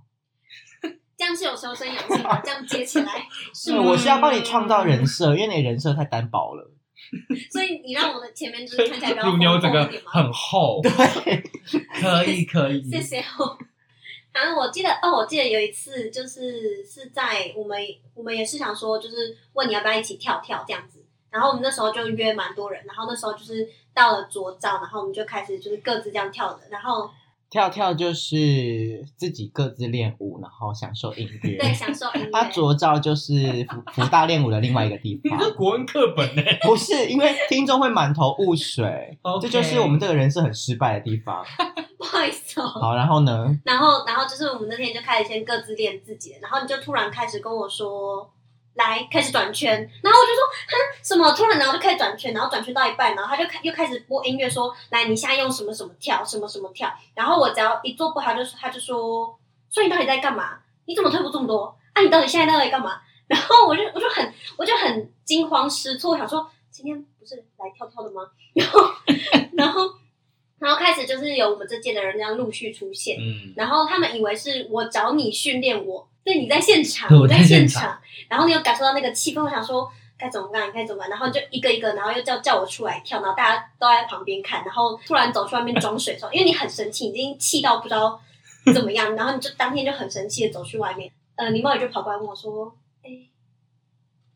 Speaker 3: 这样是有修身养性吗？这样接起来是
Speaker 1: 对
Speaker 3: 吗？
Speaker 1: 我是要帮你创造人设，因为你人设太单薄了。
Speaker 3: 所以你让我的前面就
Speaker 2: 所以
Speaker 3: 是看起来比较
Speaker 2: 乳牛整
Speaker 3: 丰厚
Speaker 2: 个
Speaker 3: 一点吗？
Speaker 2: 很厚，可以可以，
Speaker 3: 谢 谢哦。反正我记得哦，我记得有一次就是是在我们我们也是想说，就是问你要不要一起跳跳这样子。然后我们那时候就约蛮多人，然后那时候就是到了卓照，然后我们就开始就是各自这样跳的。然后
Speaker 1: 跳跳就是自己各自练舞，然后享受音乐。
Speaker 3: 对，享受音乐。
Speaker 1: 他卓照就是福福大练舞的另外一个地
Speaker 2: 你
Speaker 1: 方。
Speaker 2: 是国文课本欸呢、
Speaker 1: 不是，因为听众会满头雾水这
Speaker 2: OK
Speaker 1: 就是我们这个人设很失败的地方。
Speaker 3: 不好意思哦。
Speaker 1: 好，然后呢？
Speaker 3: 然后，然后就是我们那天就开始先各自练自己的，然后你就突然开始跟我说，来开始转圈，然后我就说，哼，什么？突然然后就开始转圈，然啊后转圈到一半，然后他就开又开始播音乐说，来你现在用什么什么跳，什么什么跳，然后我只要一做不好，就是他就说，所以你到底在干嘛？你怎么退步这么多？啊，你到底现在到底干嘛？然后我就我就很我就很惊慌失措，我想说今天不是来跳跳的吗？然后然后然后开始就是有我们这届的人这样陆续出现。
Speaker 2: 嗯，
Speaker 3: 然后他们以为是我找你训练我，对，你在现场，
Speaker 2: 对我
Speaker 3: 你
Speaker 2: 在
Speaker 3: 在
Speaker 2: 现
Speaker 3: 现场，然后你有感受到那个气氛，我想说该怎么办，该怎么办，然后就一个一个，然后又叫叫我出来跳，然后大家都在旁边看，然后突然走去外面装水的时嗯候，因为你很生气，已经气到不知道怎么样，然后你就当天就很生气的走去外面，呃，林茂宇就跑过来问我说，哎，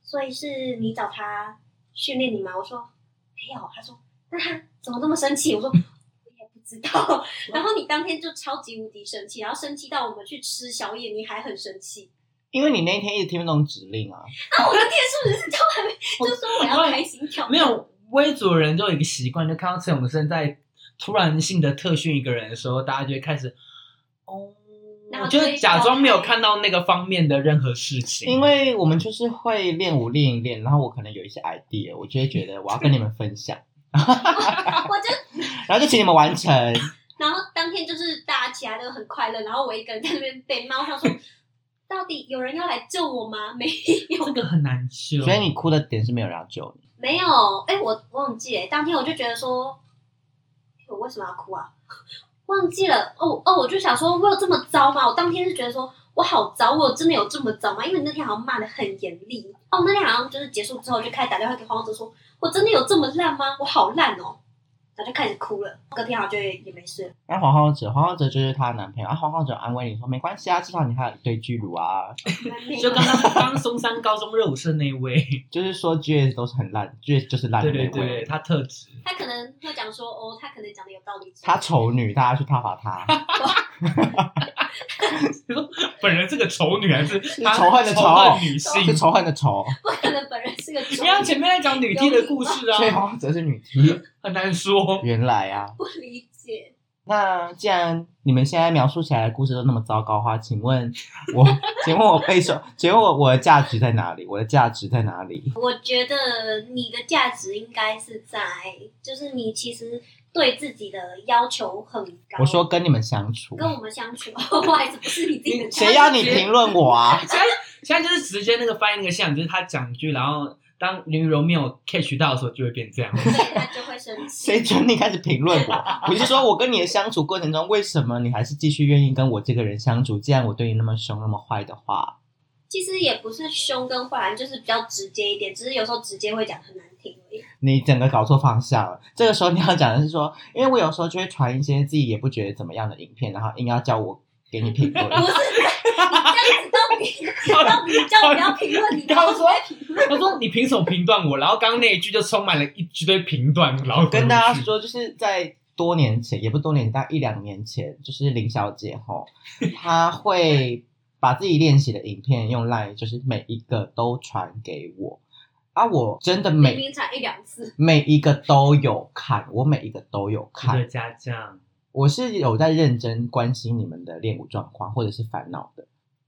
Speaker 3: 所以是你找他训练你吗？我说没有，他说那他怎么这么生气？我说。 我也不知道， 然后你当天就超级无敌生气，然后生气到我们去吃宵夜，你还很生气。
Speaker 1: 因为你那一天一直听不懂指令啊，
Speaker 3: 啊，我的天，是不是都还没就说我要开心跳？
Speaker 2: 没，有微族人就有一个习惯，就看到陈永生在突然性的特训一个人的时候，大家就会开始哦，
Speaker 3: 然后
Speaker 2: 就
Speaker 3: 就会哦
Speaker 2: 是假装没有看到那个方面的任何事情，
Speaker 1: 因为我们就是会练舞练一练，然后我可能有一些 idea，我就会觉得我要跟你们分享，
Speaker 3: 啊我就
Speaker 1: 然后就请你们完成。
Speaker 3: 然后当天就是大家起来都很快乐，然后我一个人在那边被骂，我想说 到底有人要来救我吗？没有
Speaker 2: 这，个很难修。
Speaker 1: 所以你哭的点是没有人要救你，
Speaker 3: 没有，哎、我忘记了，当天我就觉得说，我为什么要哭啊？ 忘记了，哦哦，我就想说，我有这么糟吗？我当天是觉得说我好糟，我真的有这么糟吗？因为你那天好像骂的很严厉，哦，那天好像就是结束之后就开始打电话给黄子说，我真的有这么烂吗？我好烂哦，然后就开始哭了。隔天好像就也也没事了，
Speaker 1: 那黄浩哲，黄浩哲就是她的男朋友，啊，黄浩哲安慰你说没关系啊，至少你还有一对巨乳啊，
Speaker 3: 没
Speaker 2: 就
Speaker 3: 有
Speaker 2: 刚刚刚松山高中热舞社那位，
Speaker 1: 就是说 G S 都是很烂，G S 就是烂的啊
Speaker 2: 对
Speaker 1: 那位，
Speaker 2: 对对，他特质。
Speaker 3: 他可能会讲说，哦，他可能讲的有道理。
Speaker 1: 她丑女，大家去挞伐她，
Speaker 2: 本人这个丑女还是她
Speaker 1: 仇恨的
Speaker 2: 仇
Speaker 1: 仇
Speaker 2: 恨女 性
Speaker 1: 是？仇恨的仇，
Speaker 3: 不可能本人是个
Speaker 2: 因
Speaker 3: 丑
Speaker 2: 为他前面在讲女帝的故事
Speaker 1: 所以
Speaker 2: 啊，
Speaker 1: 黄浩哲 是女 T，
Speaker 2: 很难说。
Speaker 1: 原来啊。
Speaker 3: 不理解，
Speaker 1: 那既然你们现在描述起来的故事都那么糟糕的话，请问 我，请问我备受，请问我我的价值在哪里？我的价值在哪里？
Speaker 3: 我觉得你的价值应该是在，就是你其实对自己的要求很高。
Speaker 1: 我说跟你们相处，
Speaker 3: 跟我们相处，哦不好意思，不是你自己的价 值
Speaker 1: 谁要 你评论我啊？
Speaker 2: 现在现在就是直接那个翻译那个像，就是他讲一句，然后当林柔没有 catch 到的时候，就会变这样。
Speaker 3: 对他就会生气。
Speaker 1: 谁准你开始评论我？我是说我跟你的相处过程中，为什么你还是继续愿意跟我这个人相处？既然我对你那么凶、那么坏的话，
Speaker 3: 其实也不是凶跟坏，就是比较直接一点，只是有时候直接会讲很难听 而已。
Speaker 1: 你整个搞错方向了。这个时候你要讲的是说，因为我有时候就会传一些自己也不觉得怎么样的影片，然后硬要叫我给你评论。
Speaker 3: 不是，你这样子到底到底叫我不要评论你，
Speaker 2: 你刚刚说
Speaker 3: 我不会评论
Speaker 2: 他说：“你凭什么评断我？”然后刚刚那一句就充满了一堆评断，然后
Speaker 1: 跟大家说，就是在多年前，也不是多年，大概一两年前，就是林小姐 吼，她会把自己练习的影片用 Line，就是每一个都传给我啊，我真的
Speaker 3: 明
Speaker 1: 每
Speaker 3: 明才一两次，
Speaker 1: 每一个都有看，我每一个都有
Speaker 2: 值得
Speaker 1: 看，
Speaker 2: 嘉奖。
Speaker 1: 我是有在认真关心你们的练舞状况或者是烦恼的，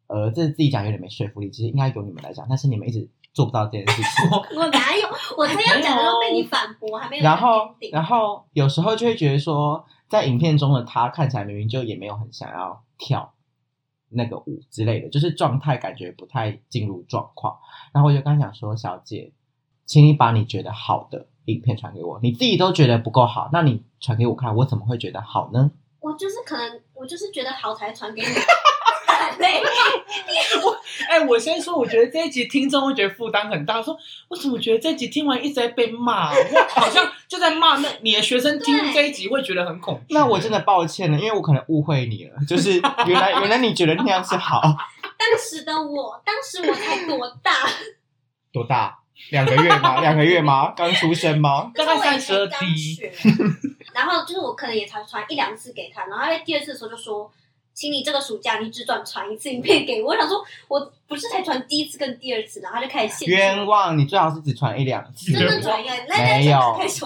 Speaker 1: 呃，这自己讲有点没说服力，其实应该由你们来讲，但是你们一直做不到这件事情。
Speaker 3: 我哪有？我这样讲都被你反驳，还没有
Speaker 1: 然后
Speaker 3: ending
Speaker 1: 然后有时候就会觉得说，在影片中的他看起来明明就也没有很想要跳那个舞之类的，就是状态感觉不太进入状况。然后我就跟他讲说，小姐，请你把你觉得好的影片传给我，你自己都觉得不够好，那你传给我看，我怎么会觉得好呢？
Speaker 3: 我就是可能，我就是觉得好才传给你。对，
Speaker 2: 哎、我先说，我觉得这一集听众会觉得负担很大，说我怎么觉得这一集听完一直在被骂，我好像就在骂那你的学生听
Speaker 3: 对
Speaker 2: 这一集会觉得很恐惧。
Speaker 1: 那我真的抱歉了，因为我可能误会你了，就是原来原来你觉得那样是好，
Speaker 3: 当时的我，当时我才多大？
Speaker 1: 多大？两个月吗？两个月吗？刚出生吗？
Speaker 2: 大概
Speaker 3: 可是我
Speaker 2: 32
Speaker 3: 以前刚学然后就是我可能也才传一两次给他，然后他在第二次的时候就说：“请你这个暑假你只转传一次影片给我。”我想说，我不是才传第一次跟第二次，然后他就开始限制
Speaker 1: 冤
Speaker 3: 我，
Speaker 1: 枉！你最好是只传一两次，
Speaker 3: 真的转眼泪
Speaker 1: 没有。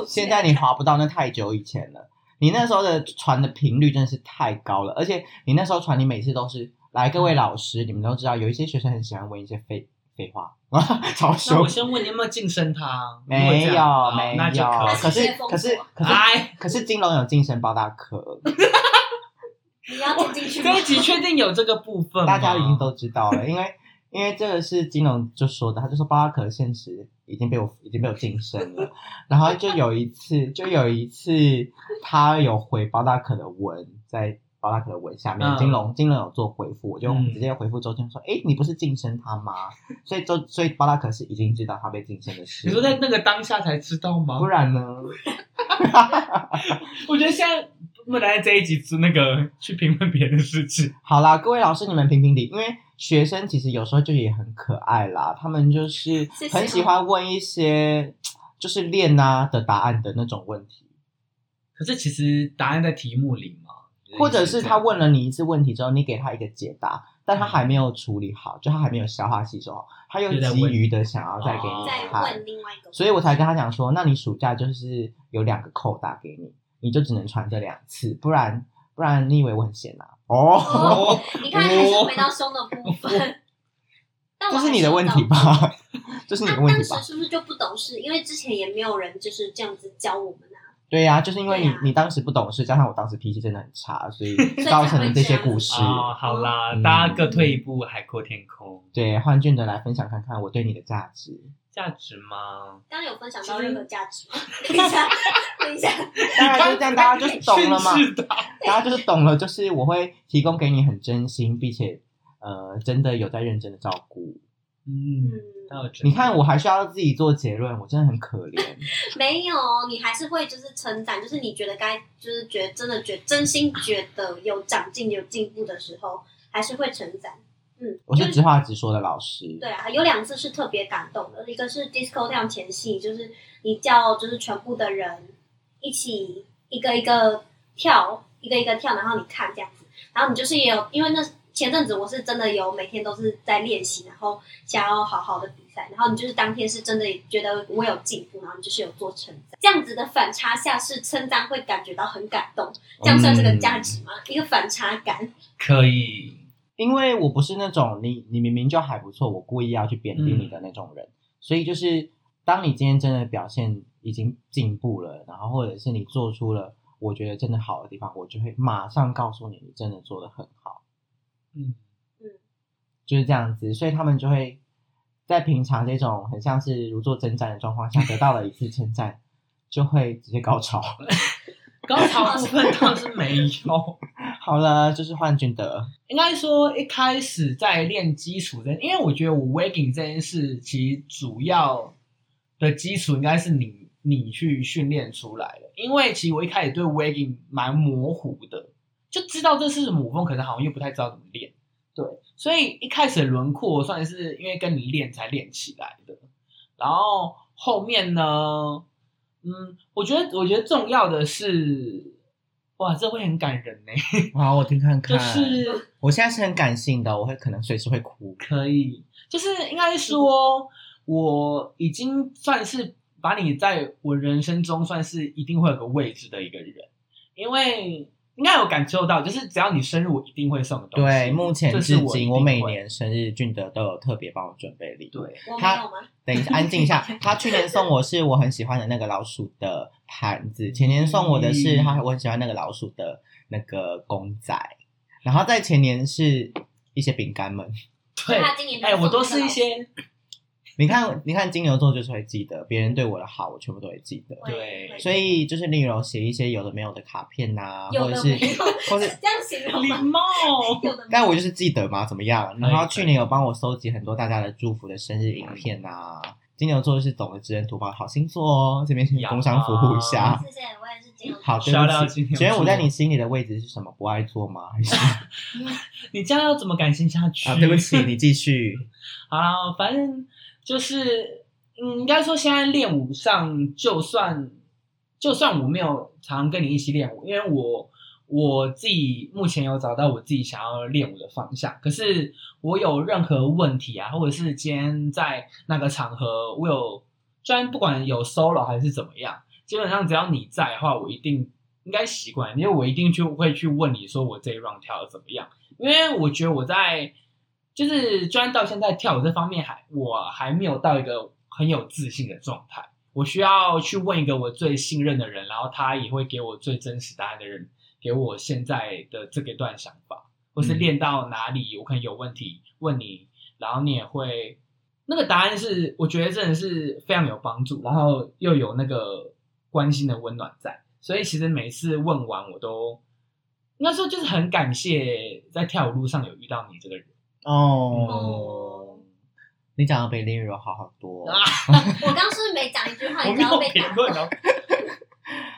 Speaker 1: 现在
Speaker 3: 你
Speaker 1: 你划不到，那太久以前了。你那时候的传的频率真的是太高了，而且你那时候传，你每次都是来各位老师，你们都知道，有一些学生很喜欢问一些废废话， 超
Speaker 2: 那
Speaker 1: 凶
Speaker 2: 我。先问你有没有晋升他？如果
Speaker 1: 没
Speaker 2: 这
Speaker 1: 有
Speaker 2: 样好
Speaker 1: 没
Speaker 2: 那就
Speaker 1: 有
Speaker 2: 可，以。
Speaker 1: 可是
Speaker 3: 那是
Speaker 1: 可是可是
Speaker 2: 哎，
Speaker 1: 可是金龙有晋升包大可，
Speaker 3: 你要剪进去吗
Speaker 2: 这一集确定有这个部分吗
Speaker 1: 大家已经都知道了，因为因为这个是金龙就说的，他就说巴拉可现实已经被我已经被我晋升了，然后就有一次就有一次他有回巴拉可的文，在巴拉可的文下面，
Speaker 2: 嗯
Speaker 1: 金龙金龙有做回复，我就
Speaker 2: 嗯
Speaker 1: 直接回复周天说，哎、你不是晋升他吗？所以周所以巴拉可是已经知道他被晋升的事，
Speaker 2: 你说在那个当下才知道吗
Speaker 1: 不？然呢？
Speaker 2: 我觉得现在不能在这一集之那个去评论别人的事情。
Speaker 1: 好啦，各位老师，你们评评理，因为学生其实有时候就也很可爱啦，他们就是
Speaker 3: 谢谢
Speaker 1: 很喜欢问一些就是练啊的答案的那种问题，
Speaker 2: 可是其实答案在题目里嘛，
Speaker 1: 或者是他问了你一次问题之后，你给他一个解答，但他还没有处理好，就他还没有消化吸收好，他又
Speaker 2: 又在问
Speaker 1: 急于的想要再给
Speaker 2: 哦
Speaker 1: 你
Speaker 3: 再
Speaker 1: 答案，
Speaker 3: 问另外一个，
Speaker 1: 所以我才跟他讲说，那你暑假就是有两个扣打给你，你就只能传这两次，不然不然你以为我很闲啊？哦，
Speaker 2: 哦，
Speaker 3: 你看还是回到胸的部分。 但我
Speaker 1: 这
Speaker 3: 还
Speaker 1: 是你的问题
Speaker 3: 有
Speaker 1: 吧？ 这是你
Speaker 3: 那
Speaker 1: 的问
Speaker 3: 当
Speaker 1: 题吧
Speaker 3: 时？是不是就不懂事？因为之前也没有人就是这样子教我们啊，
Speaker 1: 对呀、就是因为你、
Speaker 3: 对啊
Speaker 1: 你当时不懂事，加上我当时脾气真的很差，所以
Speaker 3: 以
Speaker 1: 造成了这些
Speaker 3: 才会这样
Speaker 1: 故事。
Speaker 2: 哦，好啦，
Speaker 1: 嗯
Speaker 2: 大家各退一步，海阔天空。
Speaker 1: 对，换俊的来分享看看我对你的价值。
Speaker 2: 价值吗？
Speaker 3: 刚刚有分享到任何价值吗？ 等一下，等一下，
Speaker 1: 当然就是这样，大家就是懂了嘛，
Speaker 2: 训斥的
Speaker 1: 大家就是懂了，就是我会提供给你很真心，并且呃真的有在认真的照顾。
Speaker 2: 嗯，
Speaker 3: 嗯，
Speaker 2: 那我觉得
Speaker 1: 你看，我还需要自己做结论，我真的很可怜。
Speaker 3: 没有，你还是会就是成长，就是你觉得该就是觉得真的觉真心觉得有长进有进步的时候，还是会成长。嗯，
Speaker 1: 我
Speaker 3: 就是
Speaker 1: 直话直说的老师。
Speaker 3: 对啊，有两次是特别感动的，一个是
Speaker 2: 嗯
Speaker 3: disco down 前戏，就是你叫就是全部的人一起一个一个跳，一个一个跳，然后你看这样子，然后你就是也有，因为那前阵子我是真的有每天都是在练习，然后想要好好的比赛，然后你就是当天是真的觉得我有进步，然后你就是有做成长，这样子的反差下是称赞会感觉到很感动，这样算是个价值吗？一个反差感，
Speaker 2: 可以。
Speaker 1: 因为我不是那种你你明明就还不错，我故意要去贬低你的那种人，所以就是当你今天真的表现已经进步了，然后或者是你做出了我觉得真的好的地方，我就会马上告诉你，你真的做的很好，
Speaker 2: 嗯，
Speaker 1: 就是这样子，所以他们就会在平常这种很像是如坐针毡的状况下，得到了一次称赞，就会直接高潮。
Speaker 2: 高潮部分倒是没有。
Speaker 1: 好了，就是换俊德，
Speaker 2: 应该说一开始在练基础的，因为我觉得我 waking 这件事，其实主要的基础应该是你你去训练出来的。因为其实我一开始对 waking 蛮模糊的，就知道这是什么舞风，可是好像又不太知道怎么练。对，所以一开始的轮廓算是因为跟你练才练起来的。然后后面呢，嗯，我觉得我觉得重要的是，哇，这会很感人呢、
Speaker 1: 好，我听看
Speaker 2: 就
Speaker 1: 看。
Speaker 2: 是
Speaker 1: 我现在是很感性的，我会可能随时会哭。
Speaker 2: 可以，就是应该说，我已经算是把你在我人生中算是一定会有个位置的一个人，因为应该有感受到，就是只要你生日，我一定会送的东西。
Speaker 1: 对，目前
Speaker 2: 这是
Speaker 1: 至
Speaker 2: 我
Speaker 1: 今，
Speaker 2: 一定
Speaker 1: 我每
Speaker 2: 会
Speaker 1: 年生日，俊德都有特别帮我准备礼物。
Speaker 2: 对
Speaker 3: 我没
Speaker 1: 他
Speaker 3: 有吗？
Speaker 1: 等一下，安静一 下。他去年送我是我很喜欢的那个老鼠的盘子，前年送我的是
Speaker 2: 嗯
Speaker 1: 他我很喜欢那个老鼠的那个公仔，然后在前年是一些饼干们。
Speaker 2: 对，
Speaker 3: 他今年
Speaker 2: 哎、我都是一些
Speaker 1: 你看，你看金牛座就是会记得别人对我的好，我全部都会记得。
Speaker 3: 会
Speaker 2: 对
Speaker 3: 会
Speaker 1: 所以就是例如写一些有的没有的卡片呐、
Speaker 3: 有
Speaker 1: 或者
Speaker 3: 的
Speaker 1: 是
Speaker 3: 没有，
Speaker 1: 或者
Speaker 3: 这样形容
Speaker 2: 礼
Speaker 3: 吗？
Speaker 2: 貌。
Speaker 3: 有的没有
Speaker 1: 但我就是记得嘛，怎么
Speaker 2: 哎
Speaker 1: 样？然后去年有帮我收集很多大家的祝福的生日影片啊。金牛座是懂得知恩图报的好星座哦，这边是工商服务一下。
Speaker 3: 谢谢，我也是金牛座。
Speaker 1: 好，对
Speaker 2: 啊 Shout
Speaker 1: 不
Speaker 2: out
Speaker 1: 起。
Speaker 2: 金牛座
Speaker 1: 请问我在你心里的位置是什么？不爱做吗？ 还是
Speaker 2: 你这样要怎么感情下去？
Speaker 1: 啊？对不起，你继 续。
Speaker 2: 好啦，反正就是，嗯，应该说现在练舞上，就算就算我没有常跟你一起练舞，因为我我自己目前有找到我自己想要练舞的方向。可是我有任何问题啊，或者是今天在那个场合，我有虽然不管有 solo 还是怎么样，基本上只要你在的话，我一定应该习惯，因为我一定去会去问你说我这一 round 跳的怎么样。因为我觉得我在就是虽然到现在跳舞这方面还我还没有到一个很有自信的状态，我需要去问一个我最信任的人，然后他也会给我最真实答案的人，给我现在的这个段想法，或是
Speaker 1: 嗯
Speaker 2: 练到哪里我可能有问题问你，然后你也会那个答案是我觉得真的是非常有帮助，然后又有那个关心的温暖在，所以其实每次问完我都。应该说就是很感谢在跳舞路上有遇到你这个人，
Speaker 1: 哦，你讲的比林雨柔好好多。哦
Speaker 2: 啊
Speaker 3: 我刚是不是没讲一句话，
Speaker 2: 我
Speaker 3: 你
Speaker 2: 没
Speaker 3: 知道
Speaker 2: 有
Speaker 3: 被打
Speaker 2: 评论 哦，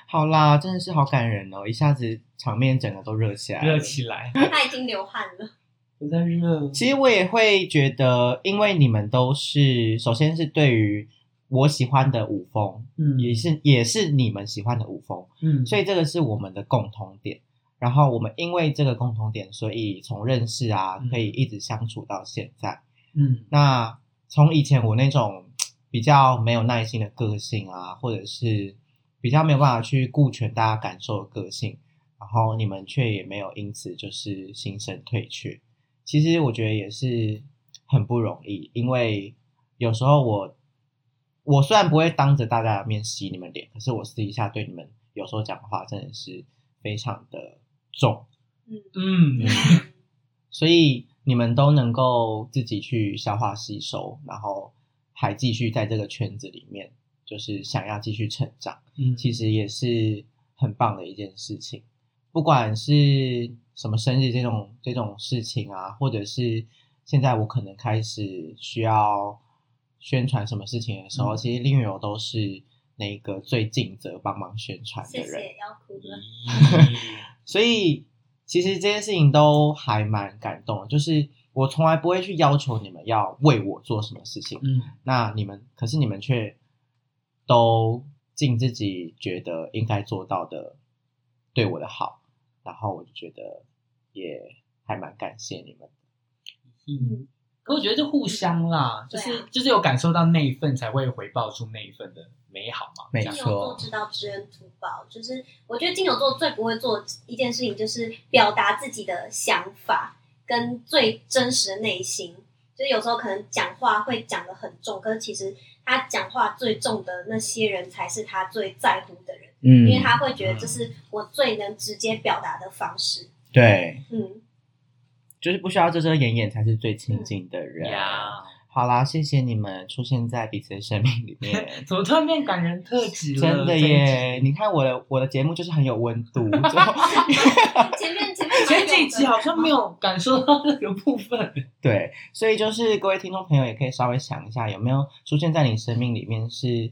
Speaker 1: 好啦，真的是好感人哦，一下子场面整个都热起来了
Speaker 2: 热。起 来，
Speaker 3: 他已经流汗了。
Speaker 2: 我在热，
Speaker 1: 其实我也会觉得，因为你们都是，首先是对于我喜欢的舞风，
Speaker 2: 嗯
Speaker 1: 也是也是你们喜欢的舞风，
Speaker 2: 嗯，
Speaker 1: 所以这个是我们的共同点。然后我们因为这个共同点，所以从认识啊
Speaker 2: 嗯，
Speaker 1: 可以一直相处到现在。
Speaker 2: 嗯
Speaker 1: 那从以前我那种比较没有耐心的个性啊，或者是比较没有办法去顾全大家感受的个性，然后你们却也没有因此就是心生退却。其实我觉得也是很不容易，因为有时候我我虽然不会当着大家的面洗你们脸，可是我私底下对你们有时候讲话真的是非常的重。
Speaker 2: 嗯，
Speaker 3: 嗯
Speaker 1: 所以你们都能够自己去消化吸收，然后还继续在这个圈子里面，就是想要继续成长，
Speaker 2: 嗯
Speaker 1: 其 实也是很棒的一件事情。不管是什么生日这种这种事情啊，或者是现在我可能开始需要宣传什么事情的时候，
Speaker 2: 嗯
Speaker 1: 其实林雨柔都是那个最尽责帮忙宣传的
Speaker 3: 谢
Speaker 1: 人。
Speaker 3: 谢，要哭
Speaker 2: 嗯
Speaker 3: 了。
Speaker 1: 所以其实这件事情都还蛮感动的，就是我从来不会去要求你们要为我做什么事情，
Speaker 2: 嗯，
Speaker 1: 那你们可是你们却都尽自己觉得应该做到的对我的好，然后我就觉得也还蛮感谢你们。
Speaker 2: 嗯，可我觉得这互相啦，就
Speaker 3: 对啊
Speaker 2: 是就是有感受到那一份，才会回报出那一份的美好嘛，
Speaker 1: 没
Speaker 2: 这
Speaker 3: 金
Speaker 2: 样
Speaker 3: 牛座知道知恩图报，就是我觉得金牛座最不会做一件事情，就是表达自己的想法跟最真实的内心。就是有时候可能讲话会讲的很重，可是其实他讲话最重的那些人才是他最在乎的人，
Speaker 1: 嗯
Speaker 3: 因为他会觉得这是我最能直接表达的方式。
Speaker 1: 对，
Speaker 3: 嗯，
Speaker 1: 就是不需要遮遮掩掩才是最亲近的人。
Speaker 2: 呀，
Speaker 1: 好啦，谢谢你们出现在彼此的生命里面。
Speaker 2: 怎么突然变感人特辑了？
Speaker 1: 真的
Speaker 2: 这一集！
Speaker 1: 耶！你看我的我的节目就是很有温 度，就
Speaker 3: 前面前面
Speaker 2: 前几集
Speaker 3: 啊
Speaker 2: 好像没有感受到这个部分，
Speaker 1: 对，所以就是各位听众朋友也可以稍微想一下，有没有出现在你生命里面是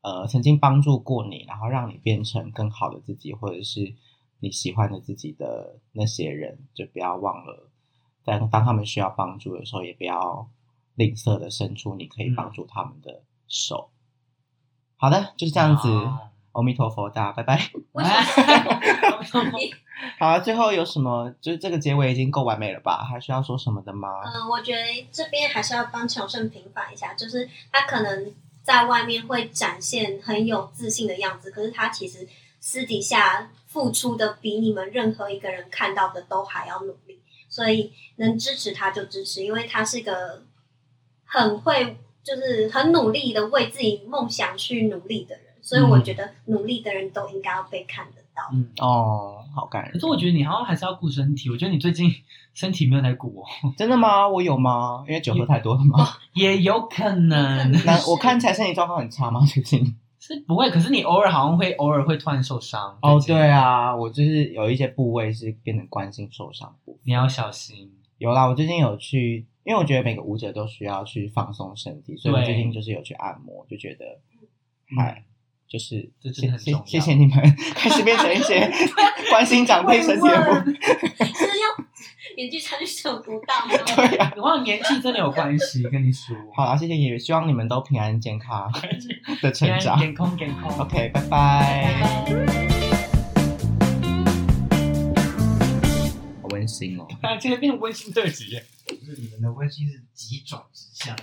Speaker 1: 呃曾经帮助过你，然后让你变成更好的自己，或者是你喜欢的自己的那些人，就不要忘了，在当他们需要帮助的时候，也不要吝啬
Speaker 3: 嗯
Speaker 1: 的伸出你可以帮助他们的手。好的，就是这样子。
Speaker 2: 啊
Speaker 1: 阿弥陀佛，大家拜拜。
Speaker 3: 为什么？
Speaker 1: 好啊了，最后有什么？就是这个结尾已经够完美了吧？还需要说什么的吗？
Speaker 3: 嗯，我觉得这边还是要帮乔胜平反一下，就是他可能在外面会展现很有自信的样子，可是他其实私底下付出的比你们任何一个人看到的都还要努力，所以能支持他就支持，因为他是个很会，就是很努力的为自己梦想去努力的人，所以我觉得努力的人都应该要被看得到。
Speaker 2: 嗯，
Speaker 1: 哦，好感
Speaker 2: 可
Speaker 1: 人
Speaker 2: 是。我觉得你好像还是要顾身体。我觉得你最近身体没有在顾哦，
Speaker 1: 真的吗？我有吗？因为酒喝太多了吗？
Speaker 2: 也有可能
Speaker 3: 有 可
Speaker 1: 那
Speaker 3: 是
Speaker 1: 我看 起来身体状况很差吗？ 最近？
Speaker 2: 是不会。可是你偶尔好像会偶尔会突然受伤。
Speaker 1: 哦，
Speaker 2: 最近
Speaker 1: 对，啊，我就是有一些部位是变成惯性受伤部。
Speaker 2: 你要小心。
Speaker 1: 有啦，我最近有去，因为我觉得每个舞者都需要去放松身体，所以我
Speaker 2: 对
Speaker 1: 最近就是有去按摩，就觉得，嗨、
Speaker 2: 嗯
Speaker 1: 就是
Speaker 2: 这真
Speaker 1: 谢
Speaker 2: 的很
Speaker 1: 谢
Speaker 2: 重要
Speaker 1: 谢谢你们，开始变成一些 关心长辈身体的部分。
Speaker 3: 是要年纪差距是有多 大吗？
Speaker 1: 对啊，
Speaker 2: 我好像年纪真的有关系，跟你说。
Speaker 1: 好啦，谢谢也希望你们都平安健 康的成
Speaker 2: 健康，
Speaker 1: 长。
Speaker 2: 健康，健康。
Speaker 1: OK，拜拜。好温馨哦。 哦
Speaker 2: 啊，今天变温馨特辑耶。
Speaker 4: 就是你们的温馨是急转直下。